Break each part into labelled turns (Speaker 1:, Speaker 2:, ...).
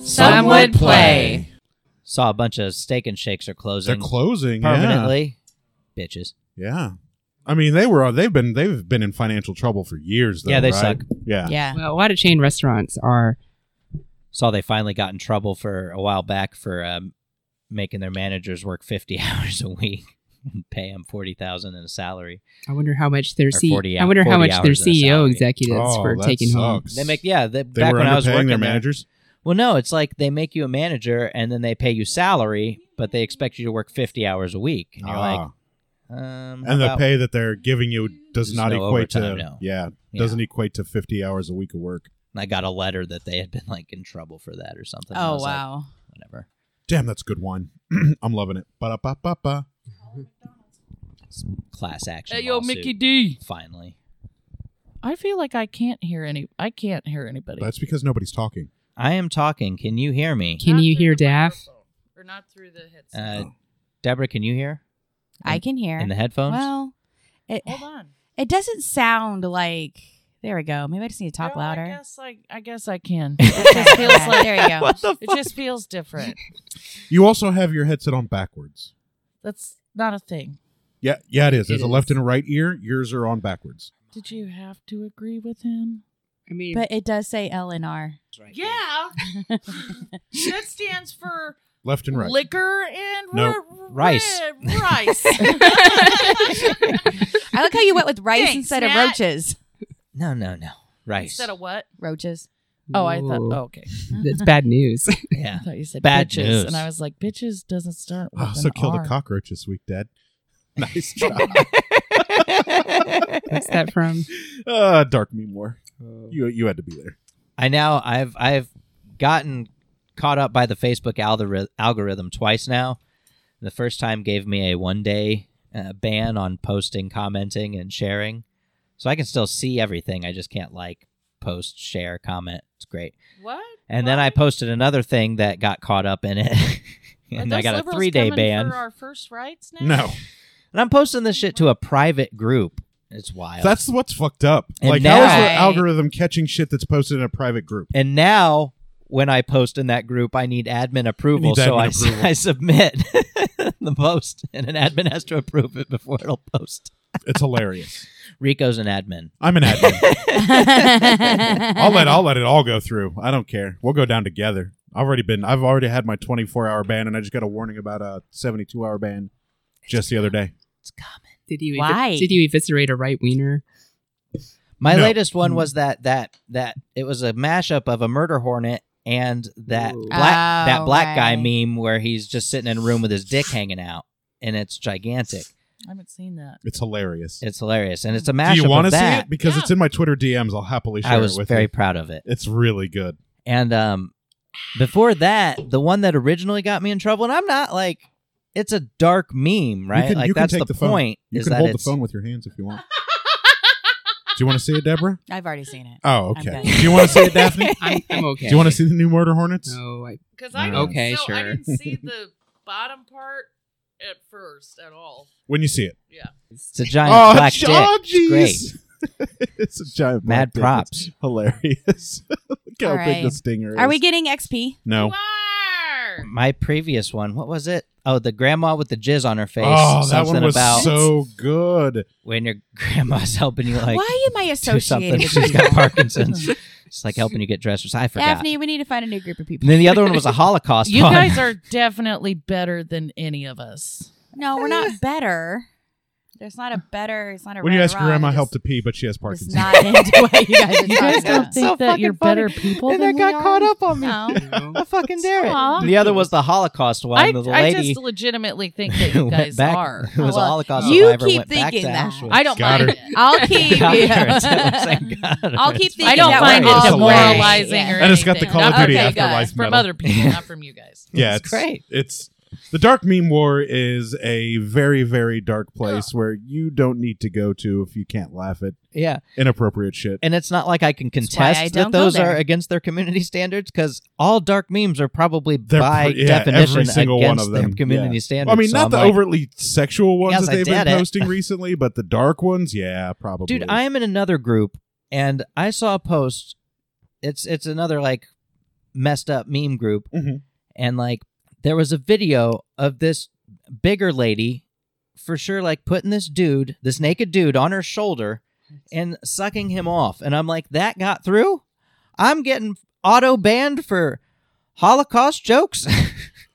Speaker 1: Some would play.
Speaker 2: Saw a bunch of steak and shakes are closing
Speaker 1: They're closing yeah.
Speaker 2: permanently. Bitches.
Speaker 1: Yeah. I mean, they were they've been they've been in financial trouble for years. Though,
Speaker 2: Yeah, they
Speaker 1: right?
Speaker 2: suck.
Speaker 1: Yeah.
Speaker 3: Yeah.
Speaker 4: Well, a lot of chain restaurants are
Speaker 2: Saw they finally got in trouble for a while back for um, making their managers work 50 hours a week and pay them 40000 in a salary.
Speaker 4: I wonder how much their
Speaker 2: Or
Speaker 4: C-
Speaker 2: 40
Speaker 4: I wonder how
Speaker 2: 40
Speaker 4: much their
Speaker 2: hours in a
Speaker 4: CEO
Speaker 2: salary.
Speaker 4: executives
Speaker 1: Oh,
Speaker 4: were
Speaker 1: that
Speaker 4: taking home.
Speaker 1: sucks.
Speaker 2: They make, yeah, they,
Speaker 1: They
Speaker 2: back
Speaker 1: were
Speaker 2: when I was
Speaker 1: underpaying
Speaker 2: working
Speaker 1: their
Speaker 2: there-
Speaker 1: managers.
Speaker 2: Well, no, it's like they make you a manager and then they pay you salary, but they expect you to work 50 hours a week. And you're
Speaker 1: Ah.
Speaker 2: like, um,
Speaker 1: and the
Speaker 2: about-
Speaker 1: pay that they're giving you does
Speaker 2: There's
Speaker 1: not
Speaker 2: no
Speaker 1: equate
Speaker 2: overtime,
Speaker 1: to
Speaker 2: no.
Speaker 1: yeah,
Speaker 2: Yeah.
Speaker 1: doesn't equate to 50 hours a week of work
Speaker 2: And I got a letter that they had been like in trouble for that or something. And I
Speaker 3: Oh
Speaker 2: was like,
Speaker 3: wow.
Speaker 2: Whatever.
Speaker 1: damn that's a good one i'm loving it Ba-da-ba-ba-ba.
Speaker 2: It's class action.
Speaker 5: Hey, yo,
Speaker 2: lawsuit,
Speaker 5: Mickey D.
Speaker 2: Finally.
Speaker 5: I feel like I can't hear any. I can't hear anybody.
Speaker 1: that's because nobody's talking
Speaker 2: I am talking. Can you hear me?
Speaker 4: Can you hear Daff?
Speaker 5: Or not through the headset.
Speaker 2: Uh, Deborah, can you hear?
Speaker 3: I can hear.
Speaker 2: In the headphones?
Speaker 3: Well, it
Speaker 5: Hold on.
Speaker 3: it doesn't sound like. There we go. Maybe I just need to talk
Speaker 5: No, I
Speaker 3: louder.
Speaker 5: guess I, I guess I can.
Speaker 3: Okay,
Speaker 5: It just feels
Speaker 3: okay,
Speaker 5: like
Speaker 3: there you go.
Speaker 2: what the
Speaker 5: it
Speaker 2: fuck?
Speaker 5: just feels different.
Speaker 1: you also have your headset on backwards
Speaker 5: That's not a thing.
Speaker 1: yeah yeah it is there's
Speaker 4: It
Speaker 1: a
Speaker 4: is.
Speaker 1: left and a right ear yours are on backwards
Speaker 5: Did you have to agree with him?
Speaker 4: I mean,
Speaker 3: But it does say L and R.
Speaker 5: Yeah, that stands for
Speaker 1: left and right
Speaker 5: liquor and
Speaker 1: No.
Speaker 5: r-
Speaker 2: Rice.
Speaker 5: r- Rice.
Speaker 3: I like how you went with rice
Speaker 5: Thanks,
Speaker 3: instead of
Speaker 5: Matt.
Speaker 3: roaches.
Speaker 2: No, no, no. Rice.
Speaker 5: Instead of what?
Speaker 3: Roaches.
Speaker 5: Oh, I thought.
Speaker 4: Ooh.
Speaker 5: Oh, okay.
Speaker 4: that's bad news.
Speaker 2: yeah.
Speaker 5: I thought you said
Speaker 2: Bad
Speaker 5: bitches,
Speaker 2: news.
Speaker 5: and I was like, bitches doesn't start with
Speaker 1: I also
Speaker 5: an
Speaker 1: killed
Speaker 5: R.
Speaker 1: a cockroach this week dad nice job
Speaker 4: What's that from?
Speaker 1: uh, dark me more you, you had to be there
Speaker 2: I now I've I've gotten caught up by the Facebook algori- algorithm twice now. The first time gave me a one day uh, ban on posting, commenting, and sharing, so I can still see everything. I just can't like post, share, comment. It's great.
Speaker 5: What?
Speaker 2: And then I posted another thing that got caught up in it,
Speaker 5: Are
Speaker 2: and I
Speaker 5: those
Speaker 2: got a
Speaker 5: liberals
Speaker 2: three day
Speaker 5: coming
Speaker 2: ban.
Speaker 5: for our first rights now.
Speaker 1: no
Speaker 2: And I'm posting this shit to a private group. It's wild.
Speaker 1: that's what's fucked up
Speaker 2: And
Speaker 1: like
Speaker 2: now-
Speaker 1: how is the
Speaker 3: Right.
Speaker 1: algorithm catching shit that's posted in a private group
Speaker 2: And now, when I post in that group, I need admin approval.
Speaker 1: You need
Speaker 2: so
Speaker 1: admin
Speaker 2: I,
Speaker 1: approval.
Speaker 2: I submit the post, and an admin has to approve it before it'll post.
Speaker 1: it's hilarious
Speaker 2: Rico's an admin.
Speaker 1: i'm an admin I'll
Speaker 3: I'll
Speaker 1: let I'll let it all go through. I don't care. We'll go down together. I've already been I've already had my 24 hour ban and I just got a warning about a 72 hour ban just the other day.
Speaker 2: It's coming.
Speaker 4: Did you evi-
Speaker 3: Why?
Speaker 4: did you eviscerate a right wiener?
Speaker 2: My
Speaker 1: No. Mm.
Speaker 2: latest one was that that that it was a mashup of a murder hornet and that
Speaker 4: Ooh.
Speaker 2: black that
Speaker 3: Oh,
Speaker 2: black guy
Speaker 3: right.
Speaker 2: meme where he's just sitting in a room with his dick hanging out, and it's gigantic.
Speaker 5: I haven't seen that.
Speaker 1: It's hilarious.
Speaker 2: It's hilarious, and it's a mashup.
Speaker 1: Do you
Speaker 2: want to
Speaker 1: see it? Because
Speaker 5: Yeah.
Speaker 1: it's in my Twitter DMs. I'll happily share
Speaker 2: I was
Speaker 1: it with
Speaker 2: very
Speaker 1: you.
Speaker 2: proud of it.
Speaker 1: It's really good.
Speaker 2: And um, before that, the one that originally got me in trouble, and I'm not like, it's a dark meme, right?
Speaker 1: can-
Speaker 2: like
Speaker 1: you can
Speaker 2: that's
Speaker 1: take
Speaker 2: the,
Speaker 1: the phone.
Speaker 2: point.
Speaker 1: You
Speaker 2: is
Speaker 1: can
Speaker 2: that
Speaker 1: hold the
Speaker 2: it's,
Speaker 1: phone with your hands if you want. Do you want to see it, Deborah?
Speaker 3: I've already seen it.
Speaker 1: Oh,
Speaker 3: I'm
Speaker 1: okay.
Speaker 3: done.
Speaker 1: Do you want to see it, Daphne?
Speaker 4: I'm, I'm okay.
Speaker 1: Do you want to see the new murder hornets?
Speaker 4: No, I,
Speaker 5: Because
Speaker 1: I
Speaker 5: I
Speaker 1: didn't-
Speaker 4: Okay,
Speaker 5: so
Speaker 4: so I
Speaker 5: I
Speaker 4: sure.
Speaker 5: didn't
Speaker 4: didn't
Speaker 5: see the bottom part at first at all.
Speaker 1: When you see it. Oh,
Speaker 2: It's a giant black
Speaker 1: j-
Speaker 2: dick. It's great.
Speaker 1: great. it's a giant
Speaker 2: Mad
Speaker 1: black dick. It's
Speaker 2: props.
Speaker 1: Hilarious. Look how
Speaker 3: All
Speaker 1: big the
Speaker 3: right.
Speaker 1: stinger is.
Speaker 3: Are we getting XP?
Speaker 1: No.
Speaker 2: My previous one, what was it? Oh, the grandma with the jizz on her face.
Speaker 1: Oh, that
Speaker 2: Something
Speaker 1: one was
Speaker 2: about
Speaker 1: so good.
Speaker 2: when your grandma's helping you like
Speaker 3: Why am I
Speaker 2: do something.
Speaker 3: associated with
Speaker 2: She's got
Speaker 3: people?
Speaker 2: Parkinson's. It's like helping you get dressed. or something. I forgot.
Speaker 3: Daphne, we need to find a new group of people.
Speaker 2: And then the other one was a Holocaust.
Speaker 5: You
Speaker 2: one.
Speaker 5: guys are definitely better than any of us.
Speaker 3: No, we're not better. There's not a better. It's not a.
Speaker 1: When you
Speaker 3: right or
Speaker 1: ask
Speaker 3: wrong,
Speaker 1: grandma
Speaker 3: it's-
Speaker 1: help to pee, but she has
Speaker 3: It's
Speaker 1: Parkinson's.
Speaker 3: not into what you guys are
Speaker 5: You guys
Speaker 3: talking
Speaker 5: don't
Speaker 3: about.
Speaker 5: think
Speaker 2: So
Speaker 5: that you're
Speaker 2: fucking funny.
Speaker 5: better people
Speaker 2: and
Speaker 5: than
Speaker 2: that got
Speaker 5: we are?
Speaker 2: caught up on me.
Speaker 3: No.
Speaker 4: you know,
Speaker 2: I fucking dare
Speaker 5: Aw.
Speaker 2: it. The other was the Holocaust one.
Speaker 5: I,
Speaker 2: with the
Speaker 5: I
Speaker 2: lady
Speaker 5: just legitimately think that you
Speaker 2: went
Speaker 5: guys
Speaker 2: back-
Speaker 5: are.
Speaker 2: Who was a
Speaker 3: Well,
Speaker 2: Holocaust
Speaker 3: you
Speaker 2: survivor?
Speaker 3: keep
Speaker 2: went back
Speaker 3: thinking
Speaker 2: to
Speaker 3: that.
Speaker 2: Auschwich.
Speaker 5: I don't
Speaker 1: Got
Speaker 5: mind
Speaker 1: her.
Speaker 5: it.
Speaker 3: I'll keep.
Speaker 2: Got
Speaker 3: you.
Speaker 2: her instead of saying God.
Speaker 3: I'll keep thinking.
Speaker 5: I don't
Speaker 3: that
Speaker 5: find
Speaker 3: we're
Speaker 1: It's
Speaker 5: it
Speaker 3: all
Speaker 5: demoralizing
Speaker 3: right.
Speaker 5: or
Speaker 1: And it's got the
Speaker 5: anything.
Speaker 1: Call of
Speaker 5: Okay,
Speaker 1: Duty
Speaker 5: guys,
Speaker 1: Afterlife
Speaker 5: from
Speaker 1: medal.
Speaker 5: other people, not from you guys.
Speaker 1: yeah,
Speaker 2: It's
Speaker 1: it's
Speaker 2: great.
Speaker 1: It's the dark meme war is a very very dark place where you don't need to go to if you can't laugh at
Speaker 2: Yeah,
Speaker 1: inappropriate shit.
Speaker 2: and it's not like I can
Speaker 3: why I
Speaker 2: contest that
Speaker 3: don't go
Speaker 2: those are
Speaker 3: there.
Speaker 2: against their community standards because all dark memes are probably
Speaker 1: They're
Speaker 2: by
Speaker 1: pr- yeah,
Speaker 2: definition
Speaker 1: every single one
Speaker 2: against
Speaker 1: of
Speaker 2: their
Speaker 1: them.
Speaker 2: community
Speaker 1: Yeah.
Speaker 2: standards.
Speaker 1: I mean,
Speaker 2: So
Speaker 1: not
Speaker 2: I'm
Speaker 1: the
Speaker 2: like,
Speaker 1: overtly sexual ones
Speaker 2: Yes,
Speaker 1: that
Speaker 2: I
Speaker 1: they've been
Speaker 2: did it.
Speaker 1: posting recently, but the dark ones, yeah, probably.
Speaker 2: Dude, I am in another group and I saw a post. It's it's another like messed up meme group,
Speaker 1: Mhm.
Speaker 2: and like there was a video of this bigger lady, for sure, like putting this dude, this naked dude, on her shoulder and sucking him off, and I'm like, that got through. I'm getting auto banned for Holocaust jokes.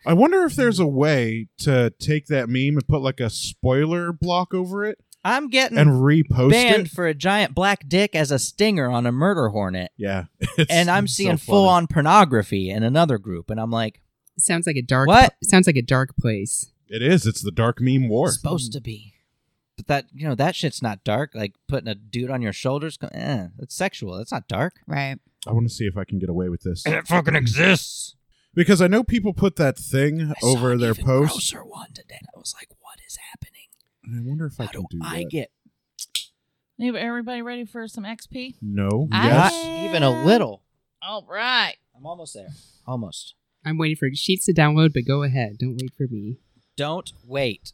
Speaker 1: I wonder if there's a way to take that meme and put like a spoiler block over it
Speaker 2: I'm getting
Speaker 1: and repost
Speaker 2: Mm. banned
Speaker 1: it.
Speaker 2: for a giant black dick as a stinger on a murder hornet.
Speaker 1: Yeah, it's
Speaker 2: and I'm
Speaker 1: so
Speaker 2: seeing
Speaker 1: funny.
Speaker 2: full on pornography in another group, and I'm like,
Speaker 4: Sounds like a dark.
Speaker 2: What?
Speaker 4: Sounds like a dark place.
Speaker 1: It is. It's the dark meme war.
Speaker 2: supposed to be. But that you know that shit's not dark. Like putting a dude on your shoulders, co- eh, that's sexual. That's not dark.
Speaker 3: Right.
Speaker 1: I want to see if I can get away with this
Speaker 2: it fucking exists.
Speaker 1: because I know people put that thing over their post.
Speaker 2: Grosser one today. I was like, what is happening?
Speaker 1: I wonder if I
Speaker 2: How
Speaker 1: can
Speaker 2: do
Speaker 1: do
Speaker 2: I
Speaker 1: that.
Speaker 2: get
Speaker 5: Leave everybody ready for some XP?
Speaker 1: No.
Speaker 3: I-
Speaker 1: Yes.
Speaker 2: not even a little?
Speaker 5: All right.
Speaker 2: I'm almost there. Almost.
Speaker 4: I'm waiting for sheets to download, but go ahead. Don't wait for me.
Speaker 2: Don't wait.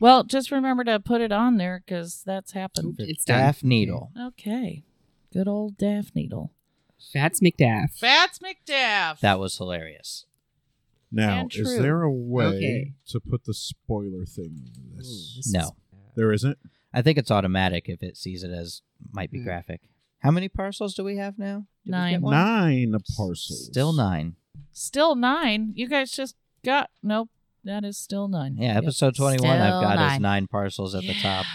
Speaker 5: Well, just remember to put it on there because that's happened.
Speaker 4: It's done.
Speaker 2: Staff needle.
Speaker 5: Okay. Good old Daff Needle.
Speaker 4: Fats McDaff.
Speaker 5: Fats McDaff.
Speaker 2: That was hilarious.
Speaker 1: Now,
Speaker 5: And
Speaker 1: is
Speaker 5: true.
Speaker 1: there a way
Speaker 4: Okay.
Speaker 1: to put the spoiler thing in
Speaker 4: Ooh,
Speaker 1: this?
Speaker 4: this
Speaker 2: No.
Speaker 1: There isn't.
Speaker 2: I think it's automatic if it sees it as might be
Speaker 4: Hmm.
Speaker 2: graphic. How many parcels do we have now? Did we
Speaker 5: Nine.
Speaker 2: get one?
Speaker 1: Nine parcels.
Speaker 2: Still nine.
Speaker 5: Still nine. You guys just got. Nope. That is still nine.
Speaker 2: Yeah,
Speaker 5: Yep.
Speaker 2: episode 21 I've
Speaker 3: Still
Speaker 2: got is
Speaker 3: nine.
Speaker 2: nine parcels at the
Speaker 5: Yeah.
Speaker 2: top.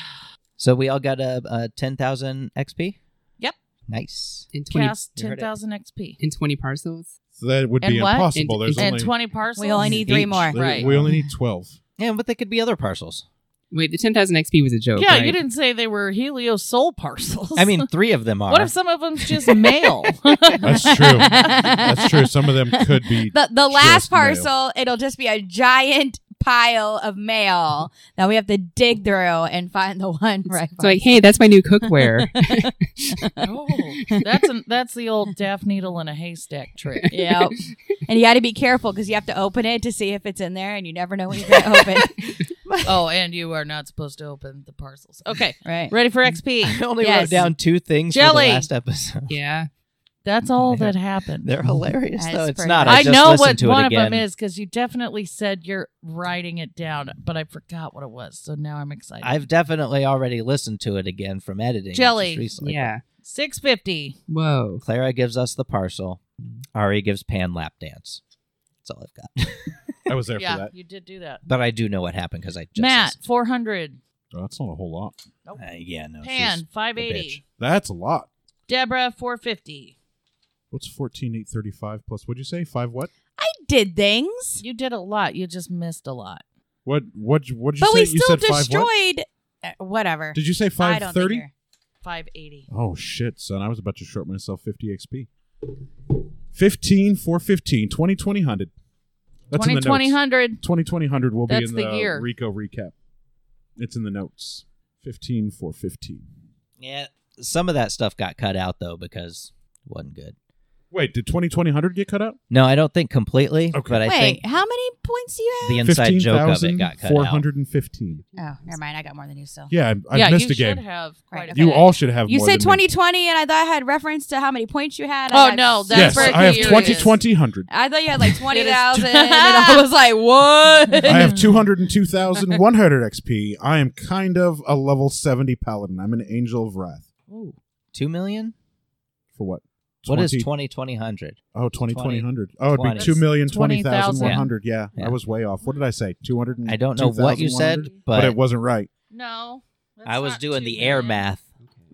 Speaker 2: So we all got a, a 10,000 XP?
Speaker 5: Yep.
Speaker 2: Nice.
Speaker 4: In twenty
Speaker 5: Cast
Speaker 2: You heard it.
Speaker 5: 10,000 XP.
Speaker 4: in twenty parcels.
Speaker 1: So that would be
Speaker 5: And what?
Speaker 1: impossible.
Speaker 4: And-
Speaker 1: There's
Speaker 5: And
Speaker 1: only
Speaker 5: 20 parcels.
Speaker 3: We only need three
Speaker 1: Each.
Speaker 3: more.
Speaker 1: There-
Speaker 5: Right.
Speaker 1: We only need twelve.
Speaker 2: Yeah, but they could be other parcels.
Speaker 4: Wait, the ten thousand XP was a joke.
Speaker 5: Yeah,
Speaker 4: right?
Speaker 5: you didn't say they were Helio Soul parcels.
Speaker 2: Oh, I mean, three of them are.
Speaker 5: what if some of them's just mail?
Speaker 1: That's true. That's true. Some of them could be.
Speaker 3: The the
Speaker 1: Just
Speaker 3: last
Speaker 1: mail.
Speaker 3: parcel, it'll just be a giant pile of mail that we have to dig through and find the one right.
Speaker 4: It's like, hey, that's my new cookware.
Speaker 5: oh, that's an, that's the old Daff Needle in a haystack trick.
Speaker 3: Yep. and you got to be careful because you have to open it to see if it's in there, and you never know what you're going to open.
Speaker 5: Oh, and you are not supposed to open the parcels. Okay,
Speaker 3: Right.
Speaker 5: ready for XP.
Speaker 2: I only wrote
Speaker 3: Yes.
Speaker 2: down two things for
Speaker 5: Jelly.
Speaker 2: the last episode.
Speaker 4: yeah.
Speaker 5: That's all that happened.
Speaker 2: They're hilarious,
Speaker 3: That
Speaker 2: though.
Speaker 3: is
Speaker 2: It's
Speaker 3: pretty
Speaker 2: not.
Speaker 3: good.
Speaker 2: I,
Speaker 5: I
Speaker 2: just
Speaker 5: know
Speaker 2: listened
Speaker 5: what
Speaker 2: to
Speaker 5: one
Speaker 2: it
Speaker 5: of them
Speaker 2: again.
Speaker 5: is because you definitely said you're writing it down, but I forgot what it was. So now I'm excited.
Speaker 2: I've definitely already listened to it again from editing. just
Speaker 5: Jelly.
Speaker 2: recently.
Speaker 4: Yeah.
Speaker 5: six fifty.
Speaker 4: Whoa.
Speaker 2: Clara gives us the parcel.
Speaker 5: Mm-hmm.
Speaker 2: Ari gives Pan lap dance. That's all I've got.
Speaker 1: I was there
Speaker 5: Yeah,
Speaker 1: for that.
Speaker 5: you did do that.
Speaker 2: but I do know what happened because I just.
Speaker 5: Matt
Speaker 2: listened.
Speaker 5: four hundred.
Speaker 1: Oh, that's not a whole lot.
Speaker 2: Uh, yeah, no. she's-
Speaker 5: Pan five
Speaker 2: bitch.
Speaker 5: eighty.
Speaker 1: That's a lot.
Speaker 5: Deborah four fifty.
Speaker 1: What's fourteen eight thirty five plus? What'd you say? Five what?
Speaker 3: I did things,
Speaker 5: You did a lot. You just missed a lot.
Speaker 1: What? What? What'd you
Speaker 3: but
Speaker 1: say?
Speaker 3: we
Speaker 1: you
Speaker 3: still
Speaker 1: said five what?
Speaker 3: destroyed. Uh, whatever.
Speaker 1: Did you say
Speaker 3: I
Speaker 1: five
Speaker 3: don't
Speaker 1: thirty?
Speaker 3: think
Speaker 5: Five eighty.
Speaker 1: Oh shit, son! I was about to short myself fifty XP. 15, 415, 20, 20, 100. That's in
Speaker 5: Twenty
Speaker 1: the
Speaker 5: twenty
Speaker 1: notes.
Speaker 5: hundred.
Speaker 1: 20, 20, 100 will
Speaker 5: That's
Speaker 1: be in
Speaker 5: the
Speaker 1: the,
Speaker 5: year.
Speaker 1: Rico recap. It's in the notes. 15, 415.
Speaker 2: Yeah, some of that stuff got cut out though because it wasn't good.
Speaker 1: Wait, did 20, 20, 100 get cut out?
Speaker 2: No, I don't think completely,
Speaker 1: Okay.
Speaker 2: but I
Speaker 3: Wait,
Speaker 2: think
Speaker 3: how many points do you have?
Speaker 2: the inside joke of it got cut out.
Speaker 1: 415.
Speaker 3: Oh, never mind. I got more than you still.
Speaker 1: Yeah, I, I
Speaker 5: yeah,
Speaker 1: missed
Speaker 5: you
Speaker 1: a game.
Speaker 5: should have quite
Speaker 3: Right,
Speaker 5: a
Speaker 3: okay.
Speaker 5: bit.
Speaker 1: You all should have
Speaker 3: You
Speaker 1: more
Speaker 3: said
Speaker 1: than me.
Speaker 3: 2020, and I thought I had reference to how many points you had.
Speaker 5: Oh,
Speaker 3: I got
Speaker 5: no, that's
Speaker 1: Yes,
Speaker 3: super
Speaker 1: I have
Speaker 5: Curious.
Speaker 3: confused.
Speaker 1: 20, 20, 100.
Speaker 3: I thought you had like 20,000,
Speaker 5: It is-
Speaker 3: and I was like, what?
Speaker 1: I have 202,100 XP. I am kind of a level 70 paladin. I'm an angel of wrath.
Speaker 5: Ooh.
Speaker 2: Two million?
Speaker 1: For what?
Speaker 2: What is twenty twenty hundred?
Speaker 1: Oh, 20, 20,
Speaker 2: 20,
Speaker 1: 100. Oh, it'd be
Speaker 2: 20.
Speaker 1: 2 million, 20,000,
Speaker 5: 20,000.
Speaker 1: 100. Yeah.
Speaker 2: Yeah.
Speaker 1: I was way off. What did I say? 200
Speaker 2: I don't know what you said,
Speaker 1: but it
Speaker 2: but
Speaker 1: wasn't right.
Speaker 5: No. that's
Speaker 2: I was
Speaker 5: not
Speaker 2: doing
Speaker 5: two
Speaker 2: the air
Speaker 5: million.
Speaker 2: math.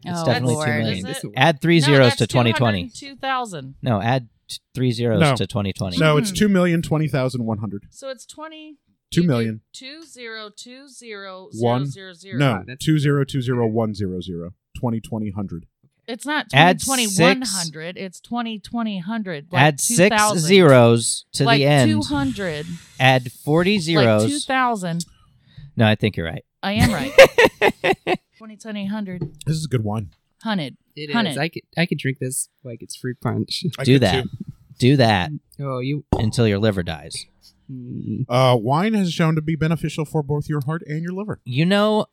Speaker 2: It's
Speaker 3: Oh,
Speaker 2: definitely
Speaker 3: Lord.
Speaker 2: two
Speaker 5: Is
Speaker 2: million.
Speaker 5: it?
Speaker 2: Add three
Speaker 5: No,
Speaker 2: zeros
Speaker 5: that's
Speaker 2: to twenty twenty.
Speaker 5: 202,000.
Speaker 2: No, add t- three zeros
Speaker 1: No.
Speaker 2: to twenty twenty.
Speaker 1: No, it's
Speaker 5: Mhm.
Speaker 1: 2 million, 20,100.
Speaker 5: So it's 20.
Speaker 1: 2 million.
Speaker 5: Two zero two zero
Speaker 1: One.
Speaker 5: zero zero zero.
Speaker 1: No,
Speaker 4: That's-
Speaker 1: 2020100. 20, 20, 100.
Speaker 5: It's not
Speaker 2: Add
Speaker 5: 202100. It's 202000. Like
Speaker 2: add six
Speaker 5: 2,000.
Speaker 2: zeros to
Speaker 5: like
Speaker 2: the end.
Speaker 5: 200.
Speaker 2: Add forty zeros.
Speaker 5: Like 2,000.
Speaker 2: no, I think you're right.
Speaker 5: I am right. 202000.
Speaker 1: This is a good wine.
Speaker 5: 100.
Speaker 4: It
Speaker 5: Hunt
Speaker 4: is.
Speaker 5: it.
Speaker 4: I could I could drink this like it's fruit punch.
Speaker 1: I
Speaker 2: Do
Speaker 1: could
Speaker 2: that.
Speaker 1: too.
Speaker 2: Do that
Speaker 4: Oh, you.
Speaker 2: until your liver dies.
Speaker 4: mm.
Speaker 1: Uh, wine has shown to be beneficial for both your heart and your liver.
Speaker 2: You know,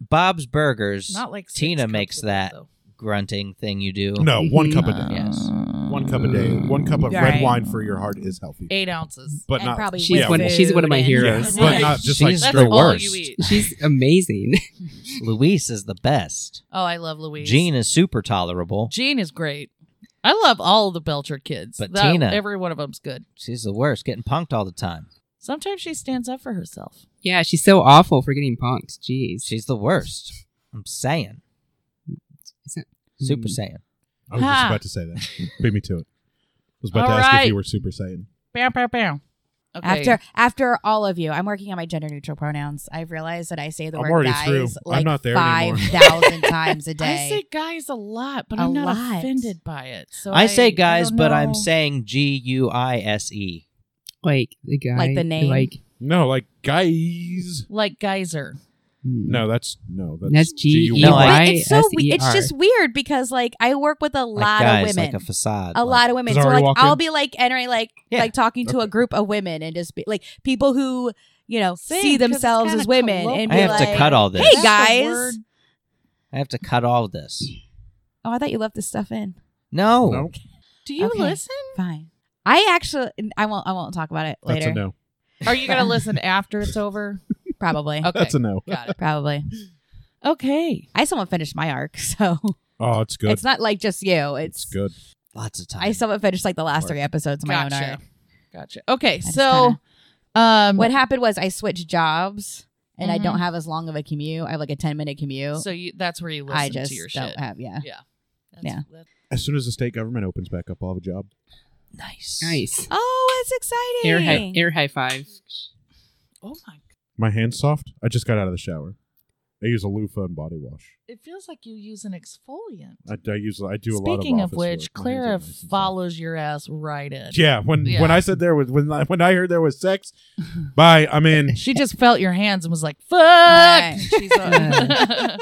Speaker 2: Bob's Burgers
Speaker 5: Not like six
Speaker 2: Tina
Speaker 5: cups
Speaker 2: makes
Speaker 5: of
Speaker 2: that
Speaker 5: though.
Speaker 2: grunting thing you do.
Speaker 1: No, one cup a
Speaker 4: Uh,
Speaker 1: day.
Speaker 2: Yes.
Speaker 1: One cup a day, one cup of red
Speaker 3: Right.
Speaker 1: wine for your heart is healthy,
Speaker 5: Eight ounces.
Speaker 1: but
Speaker 3: And
Speaker 1: not
Speaker 3: probably
Speaker 4: She's
Speaker 3: with
Speaker 1: one-
Speaker 4: she's one of my
Speaker 3: food and-
Speaker 1: yeah,
Speaker 4: heroes.
Speaker 1: but not just like
Speaker 2: She's
Speaker 5: That's
Speaker 1: straight
Speaker 5: all
Speaker 1: worse.
Speaker 5: you eat.
Speaker 4: She's amazing.
Speaker 2: Luis is the best.
Speaker 5: Oh, I love Louise.
Speaker 2: Jean is super tolerable.
Speaker 5: Jean is great. I love all the Belcher kids.
Speaker 2: But
Speaker 5: That-
Speaker 2: Tina-
Speaker 5: every one of them's good.
Speaker 2: She's the worst, getting punked all the time.
Speaker 5: Sometimes she stands up for herself.
Speaker 4: Yeah, she's so awful for getting punked. Jeez.
Speaker 2: She's the worst. I'm saying.
Speaker 4: Isn't-
Speaker 2: Super
Speaker 4: Mm.
Speaker 2: Saiyan.
Speaker 1: I was just
Speaker 5: Ha.
Speaker 1: about to say that. Beat me to it. I was about
Speaker 5: All
Speaker 1: to ask if
Speaker 5: right.
Speaker 1: you were Super Saiyan.
Speaker 5: Bam, bam, bam. Okay.
Speaker 3: After after all of you, I'm working on my gender neutral pronouns. I've realized that I say the
Speaker 1: I'm
Speaker 3: word
Speaker 1: already through.
Speaker 3: guys
Speaker 1: I'm
Speaker 3: like
Speaker 1: not there anymore.
Speaker 3: five thousand times a
Speaker 5: I
Speaker 3: day.
Speaker 5: say guys a lot, but
Speaker 3: A
Speaker 5: i I'm not
Speaker 3: lot.
Speaker 5: offended by it. So
Speaker 2: I say guys,
Speaker 5: don't
Speaker 2: but I'm
Speaker 5: know.
Speaker 2: saying G U I S E.
Speaker 4: Like the guy.
Speaker 3: Like the name?
Speaker 4: Like
Speaker 1: No, like guys.
Speaker 5: like geyser.
Speaker 4: mm.
Speaker 1: No, that's no. That's,
Speaker 4: That's G
Speaker 1: G-U-
Speaker 4: E
Speaker 2: No,
Speaker 3: But
Speaker 2: I-
Speaker 4: Y.
Speaker 3: it's so we- it's
Speaker 4: S E R.
Speaker 3: just weird because like I work with a
Speaker 2: Like
Speaker 3: lot
Speaker 2: guys,
Speaker 3: of women.
Speaker 2: Like a facade.
Speaker 3: a lot of women. So
Speaker 1: Zara
Speaker 3: like
Speaker 1: walk
Speaker 3: I'll
Speaker 1: in?
Speaker 3: be like entering like
Speaker 2: Yeah.
Speaker 3: like talking to
Speaker 1: Okay.
Speaker 3: a group of women and just be like people who, you know,
Speaker 5: Same, 'cause
Speaker 3: see
Speaker 5: it's
Speaker 3: themselves
Speaker 5: kinda
Speaker 3: as women
Speaker 5: colloquial.
Speaker 3: and
Speaker 2: I
Speaker 3: be
Speaker 2: have
Speaker 3: like
Speaker 2: to cut all this.
Speaker 5: That's
Speaker 3: Hey
Speaker 5: a
Speaker 3: guys.
Speaker 5: word.
Speaker 2: I have to cut all this.
Speaker 3: Oh, I thought you left this stuff in.
Speaker 4: Oh.
Speaker 2: No.
Speaker 1: no.
Speaker 5: Do you
Speaker 3: Okay.
Speaker 5: listen?
Speaker 3: Fine. I actually I won't I won't talk about it
Speaker 1: That's a
Speaker 3: later.
Speaker 1: no.
Speaker 5: Are you gonna listen after it's over?
Speaker 3: Probably.
Speaker 5: Okay,
Speaker 1: That's a no.
Speaker 5: got it.
Speaker 3: Probably.
Speaker 5: Okay,
Speaker 3: I still haven't finished my arc, so
Speaker 1: Oh, it's good.
Speaker 3: it's not like just you.
Speaker 1: It's
Speaker 3: It's,
Speaker 1: good.
Speaker 2: Lots of time.
Speaker 3: I still haven't finished like the last three episodes of my
Speaker 5: gotcha,
Speaker 3: own arc.
Speaker 5: gotcha. Okay,
Speaker 3: just
Speaker 5: so um,
Speaker 3: What happened was I switched jobs and I
Speaker 5: Mhm.
Speaker 3: don't have as long of a commute. I have like a ten minute commute.
Speaker 5: So you, that's where you listen
Speaker 3: I just
Speaker 5: to your
Speaker 3: don't
Speaker 5: shit.
Speaker 3: have yeah.
Speaker 5: That's-
Speaker 3: yeah.
Speaker 5: that's-
Speaker 1: As soon as the state government opens back up, I'll have a job.
Speaker 2: nice.
Speaker 4: Nice.
Speaker 3: Oh, it's exciting.
Speaker 4: Air high, air high five.
Speaker 5: oh my. God.
Speaker 1: My hand's soft. I just got out of the shower. I use a loofah and body wash.
Speaker 5: It feels like you use an exfoliant.
Speaker 1: I, I use. I do a lot of.
Speaker 5: Speaking of
Speaker 1: office
Speaker 5: which,
Speaker 1: work. My hands
Speaker 5: Clara
Speaker 1: are nice and soft.
Speaker 5: follows your ass right in.
Speaker 1: Yeah, when
Speaker 5: Yeah.
Speaker 1: when I said there was when I, when I heard there was sex, bye. I'm in.
Speaker 5: She just felt your hands and was like, "Fuck."
Speaker 3: Right.
Speaker 5: She's on.